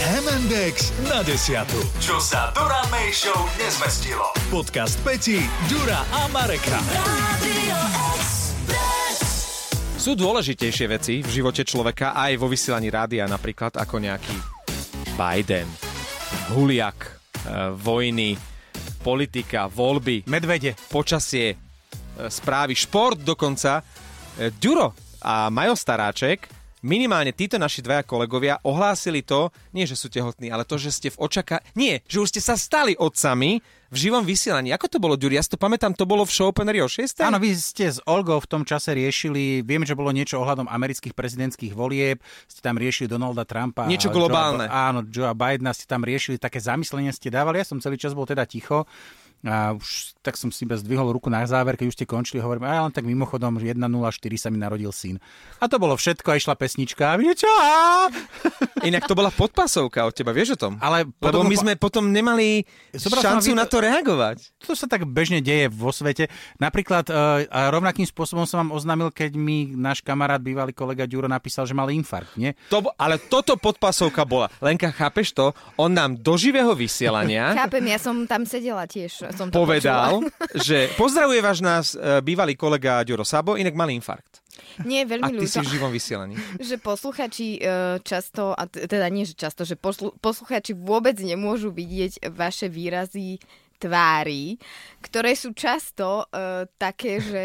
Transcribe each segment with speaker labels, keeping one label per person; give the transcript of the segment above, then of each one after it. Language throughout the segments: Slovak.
Speaker 1: Index na desiatu. Čo sa Dura May Show nezmestilo. Podcast Peti, Dura a Mareka.
Speaker 2: Sú dôležitejšie veci v živote človeka aj vo vysielaní rádia napríklad ako nejaký Biden, Huliak, eh, vojny, politika, voľby,
Speaker 3: Medvede.
Speaker 2: počasie, eh, správy, šport dokonca. Eh, Ďuro a Majo Staráček, minimálne títo naši dvaja kolegovia ohlásili to, nie že sú tehotní, ale to, že ste v očaká... Nie, že už ste sa stali otcami v živom vysielaní. Ako to bolo, Ďuri? Ja si to pamätám, to bolo v show Openeri o 6.
Speaker 3: Áno, vy ste s Olgou v tom čase riešili, viem, že bolo niečo ohľadom amerických prezidentských volieb, ste tam riešili Donalda Trumpa.
Speaker 2: Niečo
Speaker 3: a
Speaker 2: globálne.
Speaker 3: Joea, áno, Joea Bidena ste tam riešili, také zamyslenie ste dávali, ja som celý čas bol teda ticho. A už tak som si iba zdvihol ruku na záver, keď už ste končili, hovorím, a len tak mimochodom, že 1.04 sa mi narodil syn. A to bolo všetko, a išla pesnička a vy čo?
Speaker 2: Inak to bola podpasovka od teba, vieš o tom?
Speaker 3: Ale
Speaker 2: Lebo
Speaker 3: potom-
Speaker 2: my sme potom nemali
Speaker 3: Zobral som
Speaker 2: šancu na
Speaker 3: na
Speaker 2: to reagovať.
Speaker 3: to sa tak bežne deje vo svete. Napríklad e, a rovnakým spôsobom som vám oznámil, keď mi náš kamarát, bývalý kolega Ďuro napísal, že mal infarkt, nie?
Speaker 2: To, bo- ale toto podpasovka bola. Lenka, chápeš to? On nám do živého vysielania
Speaker 4: Chápem, ja som tam sedela tiež. Som to
Speaker 2: povedal,
Speaker 4: počula.
Speaker 2: že pozdravuje váš nás e, bývalý kolega Ďuro Sabo, inak mal infarkt. A
Speaker 4: Nie, veľmi
Speaker 2: ty si
Speaker 4: ľúto, Ehm,
Speaker 2: v živom vysielaní.
Speaker 4: že posluchači e, často, a t- teda nie, že často, že poslu- posluchači vôbec nemôžu vidieť vaše výrazy tvári, ktoré sú často e, také, že...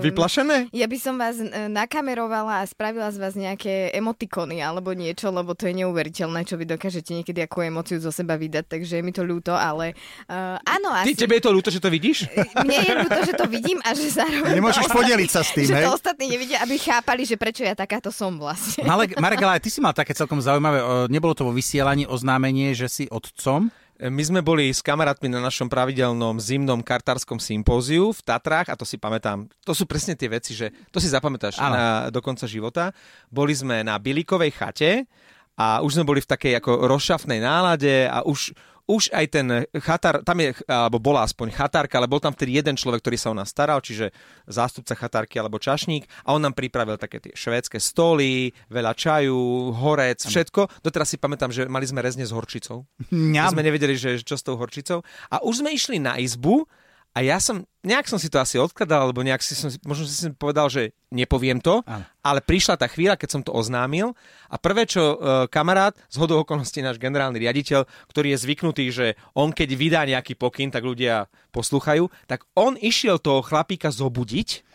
Speaker 4: e,
Speaker 2: Vyplašené?
Speaker 4: Ja by som vás e, nakamerovala a spravila z vás nejaké emotikony alebo niečo, lebo to je neuveriteľné, čo vy dokážete niekedy ako emociu zo seba vydať, takže je mi to ľúto, ale uh, áno,
Speaker 2: Ty,
Speaker 4: asi...
Speaker 2: tebe je to ľúto, že to vidíš?
Speaker 4: Mne je ľúto, že to vidím a že zároveň...
Speaker 3: Nemôžeš
Speaker 4: to ostatní-
Speaker 3: podeliť sa s tým,
Speaker 4: že
Speaker 3: hej?
Speaker 4: to ostatní nevidia, aby chápali, že prečo ja takáto som vlastne.
Speaker 3: Marek, Marek, ale aj ty si mal také celkom zaujímavé, o, nebolo to vo vysielaní oznámenie, že si otcom?
Speaker 2: My sme boli s kamarátmi na našom pravidelnom zimnom kartárskom sympóziu v Tatrách a to si pamätám. To sú presne tie veci, že to si zapamätáš
Speaker 3: Áno.
Speaker 2: na, do konca života. Boli sme na Bilikovej chate a už sme boli v takej ako rozšafnej nálade a už, už aj ten chatár, tam je, alebo bola aspoň chatárka, ale bol tam vtedy jeden človek, ktorý sa o nás staral, čiže zástupca chatárky alebo čašník a on nám pripravil také tie švédske stoly, veľa čaju, horec, všetko. Doteraz si pamätám, že mali sme rezne s horčicou. Ja
Speaker 3: Ňam.
Speaker 2: sme nevedeli, že čo s tou horčicou. A už sme išli na izbu a ja som, nejak som si to asi odkladal, alebo nejak si som, si- možno si som povedal, že nepoviem to,
Speaker 3: Áno.
Speaker 2: ale prišla tá chvíľa, keď som to oznámil a prvé, čo e, kamarát, z hodou okolností náš generálny riaditeľ, ktorý je zvyknutý, že on keď vydá nejaký pokyn, tak ľudia posluchajú, tak on išiel toho chlapíka zobudiť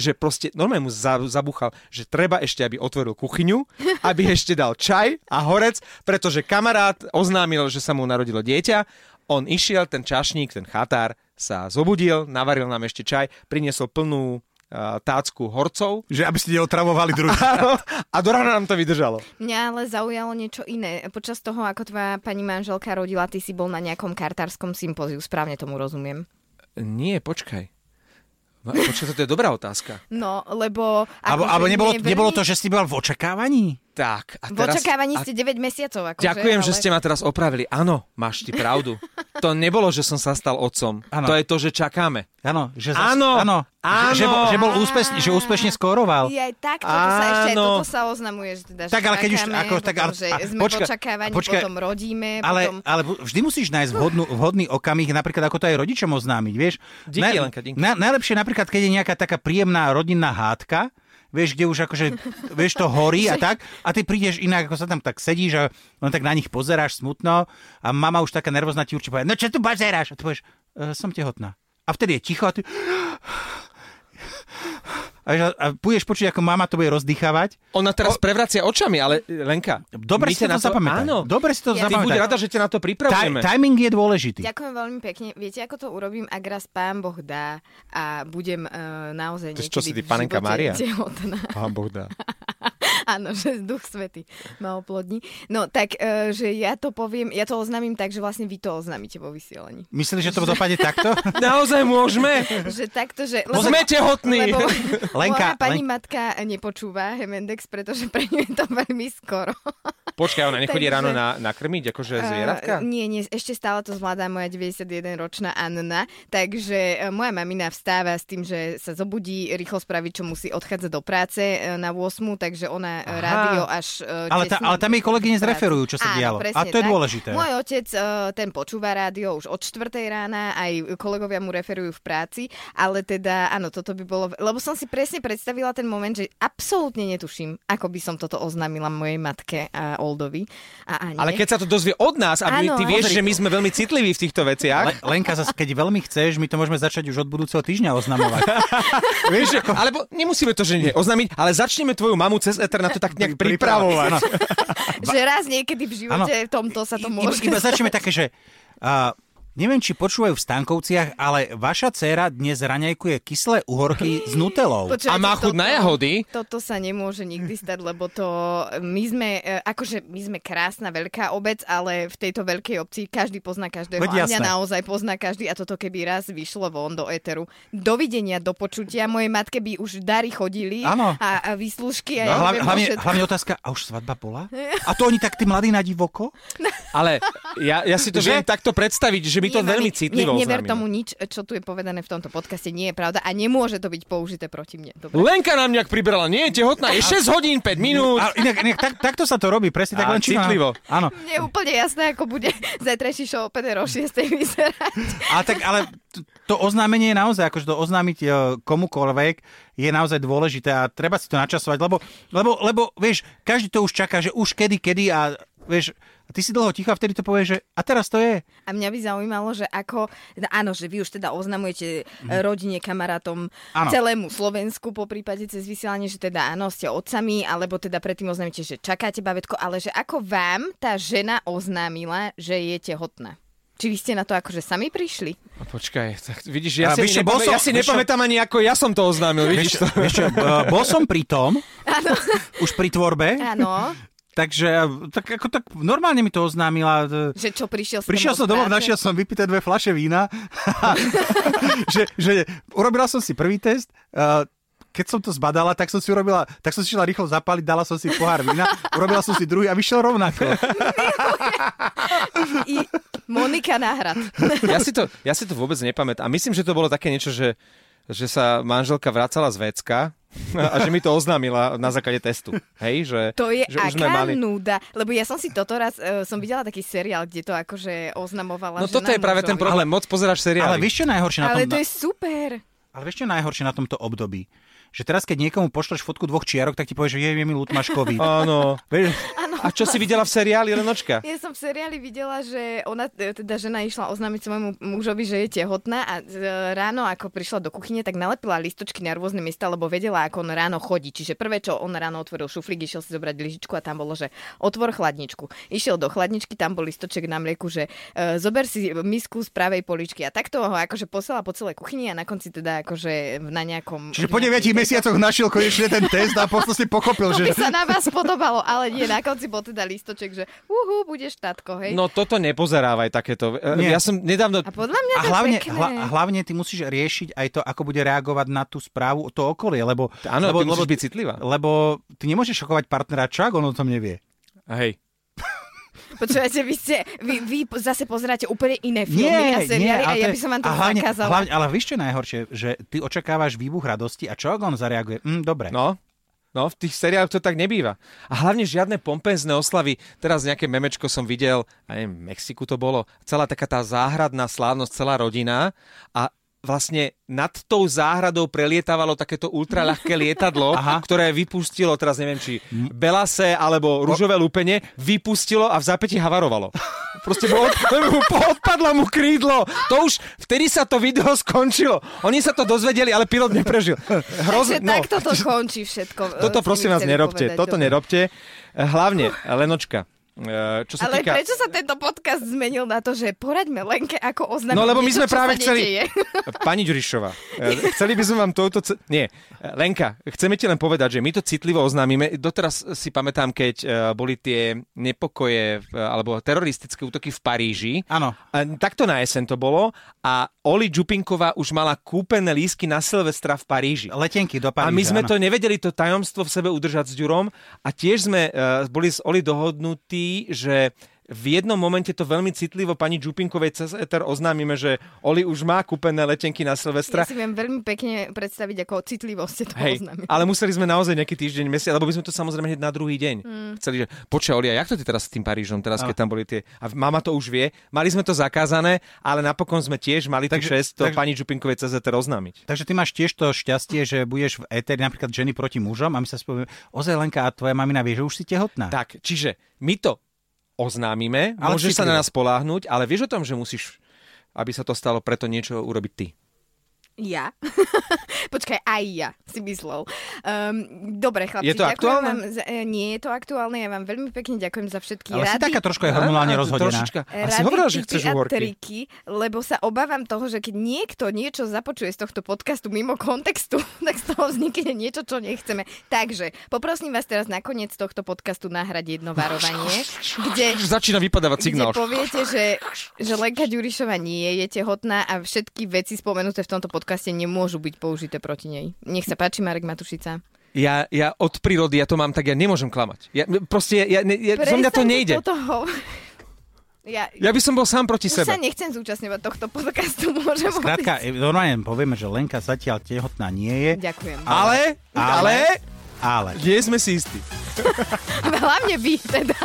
Speaker 2: že proste normálne mu za- zabuchal, že treba ešte, aby otvoril kuchyňu, aby ešte dal čaj a horec, pretože kamarát oznámil, že sa mu narodilo dieťa. On išiel, ten čašník, ten chatár sa zobudil, navaril nám ešte čaj, priniesol plnú eh, tácku horcov
Speaker 3: Že aby ste neotravovali druhý.
Speaker 2: a do rána nám to vydržalo.
Speaker 4: Mňa ale zaujalo niečo iné. Počas toho, ako tvoja pani manželka rodila, ty si bol na nejakom kartárskom sympóziu, správne tomu rozumiem.
Speaker 2: Nie, počkaj. Ma- Počkaj, to je dobrá otázka.
Speaker 4: No, lebo...
Speaker 3: Alebo,
Speaker 4: akože
Speaker 3: alebo
Speaker 4: mne
Speaker 3: nebolo,
Speaker 4: je veľmi-
Speaker 3: nebolo to, že si bol v očakávaní?
Speaker 2: Tak, a
Speaker 4: V
Speaker 2: teraz...
Speaker 4: očakávaní
Speaker 2: a
Speaker 4: ste 9 mesiacov. Akože,
Speaker 2: Ďakujem,
Speaker 4: ale...
Speaker 2: že ste ma teraz opravili. Áno, máš ty pravdu. To nebolo, že som sa stal otcom.
Speaker 3: Áno.
Speaker 2: To je to, že čakáme.
Speaker 3: Áno. Že
Speaker 2: Áno,
Speaker 3: áno.
Speaker 2: áno.
Speaker 3: Že, že, bol, že, bol úspešne, že úspešne skóroval.
Speaker 4: Je aj tak, toto sa ešte aj
Speaker 2: Áno.
Speaker 4: toto sa oznamuje, že teda,
Speaker 3: Tak,
Speaker 4: že
Speaker 3: ale keď už-
Speaker 4: čakáme,
Speaker 3: ako- tak,
Speaker 4: potom,
Speaker 3: ale-
Speaker 4: že
Speaker 3: a-
Speaker 4: sme
Speaker 2: počkaj,
Speaker 4: v očakávaní,
Speaker 3: počkaj,
Speaker 4: potom rodíme, potom...
Speaker 3: Ale, ale vždy musíš nájsť vhodnú, vhodný okamih, napríklad ako to aj rodičom oznámiť, vieš.
Speaker 2: Díky, Jelenka, díky.
Speaker 3: Na, najlepšie napríklad, keď je nejaká taká príjemná rodinná hádka, vieš, kde už akože, vieš, to horí a tak, a ty prídeš inak, ako sa tam tak sedíš a len tak na nich pozeráš smutno a mama už taká nervózna ti určite povie, no čo tu bazeráš? A ty povieš, e, som tehotná. A vtedy je ticho a ty... A, a budeš počuť, ako mama to bude rozdýchavať.
Speaker 2: Ona teraz o... prevracia očami, ale Lenka,
Speaker 3: Dobre
Speaker 2: my
Speaker 3: si
Speaker 2: ťa
Speaker 3: to,
Speaker 2: na
Speaker 3: zapamätaj.
Speaker 2: Áno,
Speaker 3: Dobre si to
Speaker 4: Ja-
Speaker 2: ty buď
Speaker 3: zapamätaj.
Speaker 2: rada, že ťa na to
Speaker 3: Taj,
Speaker 2: pripravujeme.
Speaker 3: timing je
Speaker 2: Hm.
Speaker 3: dôležitý.
Speaker 4: Ďakujem veľmi pekne. Viete, ako to urobím, ak raz pán Boh dá a budem uh, naozaj
Speaker 2: To
Speaker 4: niekedy
Speaker 2: si čo si ty,
Speaker 4: v
Speaker 2: panenka
Speaker 4: živote
Speaker 2: Mária?
Speaker 4: tehotná.
Speaker 2: Pán Boh dá.
Speaker 4: Áno, že duch svety ma oplodní. No tak, uh, že ja to poviem, ja to oznámim tak, že vlastne vy to oznámite vo vysielaní.
Speaker 3: Myslíš, že to dopadne takto?
Speaker 2: Naozaj môžeme?
Speaker 4: Že takto, že...
Speaker 2: Lebo... No Sme tehotní.
Speaker 4: Lebo
Speaker 3: Lenka,
Speaker 4: moja pani
Speaker 3: Len-
Speaker 4: matka nepočúva Hemendex, pretože pre ňu je to veľmi skoro.
Speaker 2: Počkaj, ona nechodí
Speaker 4: Takže-
Speaker 2: ráno na, nakrmiť, akože zvieratka?
Speaker 4: Eh, nie, nie, ešte stále to zvládá moja 91-ročná Anna, takže eh, moja mamina vstáva s tým, že sa zobudí, rýchlo spraví, čo musí odchádzať do práce eh, na 8, takže ona Aha.
Speaker 3: Aha.
Speaker 4: rádio až eh,
Speaker 3: Ale, tá,
Speaker 4: tesne
Speaker 3: ale tam jej kolegyne
Speaker 4: práci.
Speaker 3: zreferujú, čo sa
Speaker 4: Áno,
Speaker 3: dialo. A
Speaker 4: presne
Speaker 3: to je
Speaker 4: tak.
Speaker 3: dôležité.
Speaker 4: Môj otec, eh, ten počúva rádio už od 4 rána, aj kolegovia mu referujú v práci, ale teda áno, toto by bolo... Lebo som si presne predstavila ten moment, že absolútne netuším, ako by som toto oznámila mojej matke a Oldovi a Ane.
Speaker 2: Ale keď sa to dozvie od nás, a my,
Speaker 4: Áno.
Speaker 2: ty vieš,
Speaker 4: Pozri.
Speaker 2: že my sme veľmi citliví v týchto veciach.
Speaker 3: Le, Lenka, zase, keď veľmi chceš, my to môžeme začať už od budúceho týždňa oznamovať.
Speaker 2: Vieš, ako... Alebo nemusíme to žene oznámiť, ale začneme tvoju mamu cez Eter na to tak nejak pripravovať.
Speaker 3: Áno.
Speaker 4: Že raz niekedy v živote v tomto sa to
Speaker 3: No. Iba,
Speaker 4: môže...
Speaker 3: iba začneme také, že... Uh, Neviem, či počúvajú v Stankovciach, ale vaša dcéra dnes raňajkuje kyslé uhorky s nutelou.
Speaker 4: Počúvajte,
Speaker 2: A má chuť na jahody?
Speaker 4: Toto sa nemôže nikdy stať, lebo to my sme, e, akože my sme krásna veľká obec, ale v tejto veľkej obci každý pozná každého.
Speaker 3: Veď
Speaker 4: a
Speaker 3: jasné.
Speaker 4: mňa naozaj pozná každý a toto keby raz vyšlo von do éteru. Dovidenia, do počutia. Mojej matke by už dary chodili
Speaker 3: Áno.
Speaker 4: a, a výslužky a
Speaker 3: No,
Speaker 4: ja
Speaker 3: hlavne,
Speaker 4: neviem,
Speaker 3: hlavne,
Speaker 4: čo všetko.
Speaker 3: hlavne otázka, a už svadba bola? A to oni tak tí mladí na divoko?
Speaker 2: Ale ja, ja si to
Speaker 3: Že?
Speaker 2: viem takto predstaviť, že my to
Speaker 4: mami,
Speaker 2: veľmi citlivo
Speaker 4: ne, no, Never
Speaker 2: oznámime.
Speaker 4: tomu nič, čo tu je povedané v tomto podcaste, nie je pravda a nemôže to byť použité proti mne. Dobre.
Speaker 2: Lenka nám nejak pribrala, nie je tehotná, je 6 hodín, 5 minút.
Speaker 3: A inak, inak tak, takto sa to robí, presne
Speaker 2: A
Speaker 3: tak len čino-
Speaker 2: citlivo.
Speaker 3: Áno.
Speaker 4: Mne je úplne jasné, ako bude zajtrajší show o 5 o 6 vyzerať.
Speaker 3: A tak, ale t- to oznámenie je naozaj, akože to oznámiť e, komukoľvek je naozaj dôležité a treba si to načasovať, lebo, lebo, lebo vieš, každý to už čaká, že už kedy, kedy a vieš, a ty si dlho ticho a vtedy to povieš, že a teraz to je.
Speaker 4: A mňa by zaujímalo, že ako, no áno, že vy už teda oznamujete mm. rodine, kamarátom,
Speaker 3: Mhm. Áno.
Speaker 4: áno. celému Slovensku po prípade cez vysielanie, že teda áno, ste otcami, alebo teda predtým oznámite, že čakáte babetko, ale že ako vám tá žena oznámila, že je tehotná? Či vy ste na to akože sami prišli?
Speaker 2: A Počkaj, tak vidíš, ja, si,
Speaker 3: A vieš čo, bol
Speaker 2: nepamä...
Speaker 3: som-
Speaker 2: ja si
Speaker 3: vieš čo-
Speaker 2: nepamätám ani ako ja som to oznámil, vidíš to?
Speaker 3: Vieš čo, e, bol som pri tom,
Speaker 4: Áno,
Speaker 3: už pri tvorbe,
Speaker 4: áno.
Speaker 3: takže e, tak, ako, tak normálne mi to oznámila. e,
Speaker 4: Že čo, prišiel si
Speaker 3: Prišiel som domov,
Speaker 4: našiel.
Speaker 3: našiel som vypité dve flaše vína. že, že urobila som si prvý test. eh, Keď som to zbadala, tak som si urobila, tak som si šla rýchlo zapáliť, dala som si pohár vína, urobila som si druhý a vyšiel rovnako.
Speaker 4: I Monika Náhrad.
Speaker 2: Ja si to, ja si to vôbec nepamätám. A myslím, že to bolo také niečo, že, že sa manželka vracala z Vécka a že mi to oznámila na základe testu. Hej, že,
Speaker 4: To je
Speaker 2: že už sme
Speaker 4: aká
Speaker 2: mali...
Speaker 4: nuda, lebo ja som si toto raz, uh, som videla taký seriál, kde to akože oznamovala
Speaker 2: No toto je práve ten problém, no. moc pozeráš seriály.
Speaker 3: Ale vieš čo je najhoršie na tom?
Speaker 4: Ale to je super.
Speaker 3: ale vieš čo je najhoršie na tomto období? Že teraz, keď niekomu pošleš fotku dvoch čiarok, tak ti povie, že je, je mi ľud, máš COVID.
Speaker 2: Áno.
Speaker 3: Vieš,
Speaker 2: A čo si videla v seriáli, Lenočka?
Speaker 4: Ja som v seriáli videla, že ona, e, teda žena išla oznámiť svojmu mužovi, že je tehotná a e, ráno, ako prišla do kuchyne, tak nalepila listočky na rôzne miesta, lebo vedela, ako on ráno chodí. Čiže prvé, čo on ráno otvoril šuflík, išiel si zobrať lyžičku a tam bolo, že otvor chladničku. Išiel do chladničky, tam bol listoček na mlieku, že e, zober si misku z pravej poličky. A takto ho akože poslala po celej kuchyni a na konci teda akože na nejakom...
Speaker 3: čiže po 9 mesiacoch našiel konečne ten test a posledne si pochopil,
Speaker 4: To
Speaker 3: že...
Speaker 4: by sa na vás podobalo, ale nie, na konci bol teda listoček, že uhú, budeš tatko, hej.
Speaker 2: No toto nepozerávaj takéto. Nie.
Speaker 3: Nie.
Speaker 2: Ja som nedávno...
Speaker 4: A podľa mňa
Speaker 3: A
Speaker 4: to je
Speaker 3: hlavne,
Speaker 4: pekné.
Speaker 3: hla, a hlavne ty musíš riešiť aj to, ako bude reagovať na tú správu to okolie, lebo...
Speaker 2: Áno,
Speaker 3: lebo,
Speaker 2: ty musíš byť citlivá.
Speaker 3: Lebo ty nemôžeš šokovať partnera, čak on o tom nevie.
Speaker 2: Hej.
Speaker 4: Počúvate, vy, ste, vy, vy po- zase pozeráte úplne iné filmy a seriály a
Speaker 3: ale
Speaker 4: ja
Speaker 3: to je-
Speaker 4: by som vám to
Speaker 3: a hlavne,
Speaker 4: zakázala.
Speaker 3: Hlavne, ale vieš, čo je najhoršie? Že ty očakávaš výbuch radosti a čo ak on zareaguje? Mm, dobre.
Speaker 2: No, no, v tých seriáloch to tak nebýva. A hlavne žiadne pompezné oslavy. Teraz nejaké memečko som videl, a neviem, v Mexiku to bolo, celá taká tá záhradná slávnosť, celá rodina a vlastne nad tou záhradou prelietávalo takéto ultraľahké lietadlo,
Speaker 3: Aha.
Speaker 2: ktoré vypustilo, teraz neviem, či Belase alebo rúžové lúpenie, vypustilo a v zápäti havarovalo. Proste mu, od, mu odpadlo mu krídlo. To už, vtedy sa to video skončilo. Oni sa to dozvedeli, ale pilot neprežil.
Speaker 4: Takže
Speaker 2: Hrozne, no.
Speaker 4: takto to končí všetko.
Speaker 2: Toto
Speaker 4: eh, ste
Speaker 2: prosím
Speaker 4: mi
Speaker 2: vás
Speaker 4: chceli
Speaker 2: nerobte,
Speaker 4: povedať,
Speaker 2: toto
Speaker 4: dobre.
Speaker 2: nerobte. Hlavne, Lenočka, eh, čo sa
Speaker 4: Ale
Speaker 2: týka...
Speaker 4: prečo sa tento podcast zmenil na to, že poraďme Lenke, ako oznamiť
Speaker 2: No lebo my
Speaker 4: niečo,
Speaker 2: sme
Speaker 4: čo
Speaker 2: práve
Speaker 4: sa
Speaker 2: chceli-
Speaker 4: nedeje?
Speaker 2: Pani Ďurišová, eh, chceli by sme vám touto... Ce... Nie, eh, Lenka, chceme ti len povedať, že my to citlivo oznámime. Doteraz si pamätám, keď eh, boli tie nepokoje eh, alebo teroristické útoky v Paríži.
Speaker 3: Áno.
Speaker 2: A Takto na jeseň to bolo a Oli Čupinková už mala kúpené lísky na Silvestra v Paríži.
Speaker 3: Letenky do Paríža,
Speaker 2: A my sme
Speaker 3: áno.
Speaker 2: to nevedeli, to tajomstvo v sebe udržať s Ďurom a tiež sme uh, boli s Oli dohodnutí, že v jednom momente to veľmi citlivo pani Čupinkovej cez Eter oznámime, že Oli už má kúpené letenky na Silvestra.
Speaker 4: Ja si viem veľmi pekne predstaviť, ako citlivo ste to
Speaker 2: Hej,
Speaker 4: oznámili.
Speaker 2: ale museli sme naozaj nejaký týždeň, mesiac, lebo by sme to samozrejme hneď na druhý deň mm. chceli, že počkaj, Oli, a jak to ty teraz s tým Parížom, teraz keď tam boli tie... A mama to už vie, mali sme to zakázané, ale napokon sme tiež mali takže, tú
Speaker 3: Takže-
Speaker 2: šest, to
Speaker 3: takže-
Speaker 2: pani Čupinkovej CZT oznámiť.
Speaker 3: Takže ty máš tiež to šťastie, že budeš v éteri napríklad ženy proti mužom a my sa spovieme, ozaj Lenka, a tvoja mamina vie, že už si tehotná.
Speaker 2: Tak, čiže my to oznámime, ale
Speaker 3: Ale
Speaker 2: môžeš sa
Speaker 3: citlivo.
Speaker 2: na nás poláhnuť, ale vieš o tom, že musíš, aby sa to stalo, preto niečo urobiť ty.
Speaker 4: Ja? Počkaj, aj ja si myslel. Um, dobre, chlapci,
Speaker 2: Je to
Speaker 4: ďakujem
Speaker 2: aktuálne?
Speaker 4: Vám za, e, nie je to aktuálne, ja vám veľmi pekne ďakujem za všetky
Speaker 3: Ale
Speaker 4: rady.
Speaker 3: si taká trošku aj hormonálne
Speaker 2: Áno,
Speaker 3: rozhodená.
Speaker 2: Trošička. A
Speaker 4: rady,
Speaker 2: si hovorila, že
Speaker 4: tipy
Speaker 2: chceš
Speaker 4: a
Speaker 2: uhorky.
Speaker 4: triky, lebo sa obávam toho, že keď niekto niečo započuje z tohto podcastu mimo kontextu, tak z toho vznikne niečo, čo nechceme. Takže poprosím vás teraz na koniec tohto podcastu nahrať jedno varovanie, kde
Speaker 2: Začína vypadávať signál.
Speaker 4: kde poviete, že, že Lenka Ďurišová nie je tehotná a všetky veci spomenuté v tomto podcaste nemôžu byť použité proti nej. Nech sa páči, Marek Matušica.
Speaker 2: Ja, ja od prírody, ja to mám tak, ja nemôžem klamať. Ja, proste, ja, ne- ja, zo mňa to
Speaker 4: Prestaňte
Speaker 2: nejde.
Speaker 4: Toto hov- ja,
Speaker 2: Ja
Speaker 4: ja
Speaker 2: by som bol sám proti
Speaker 4: už sa
Speaker 2: sebe.
Speaker 4: nechcem zúčastňovať tohto podcastu, môžem
Speaker 3: Krátka,
Speaker 4: odísť.
Speaker 3: normálne povieme, že Lenka zatiaľ tehotná nie je,
Speaker 4: Ďakujem.
Speaker 2: Ale, ale,
Speaker 3: Ale- ale...
Speaker 2: nie sme si istí.
Speaker 4: Hlavne vy teda.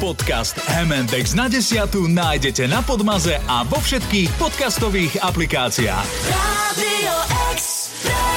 Speaker 1: Podcast MNDX na desiatu nájdete na Podmaze a vo všetkých podcastových aplikáciách.
Speaker 5: Radio Express.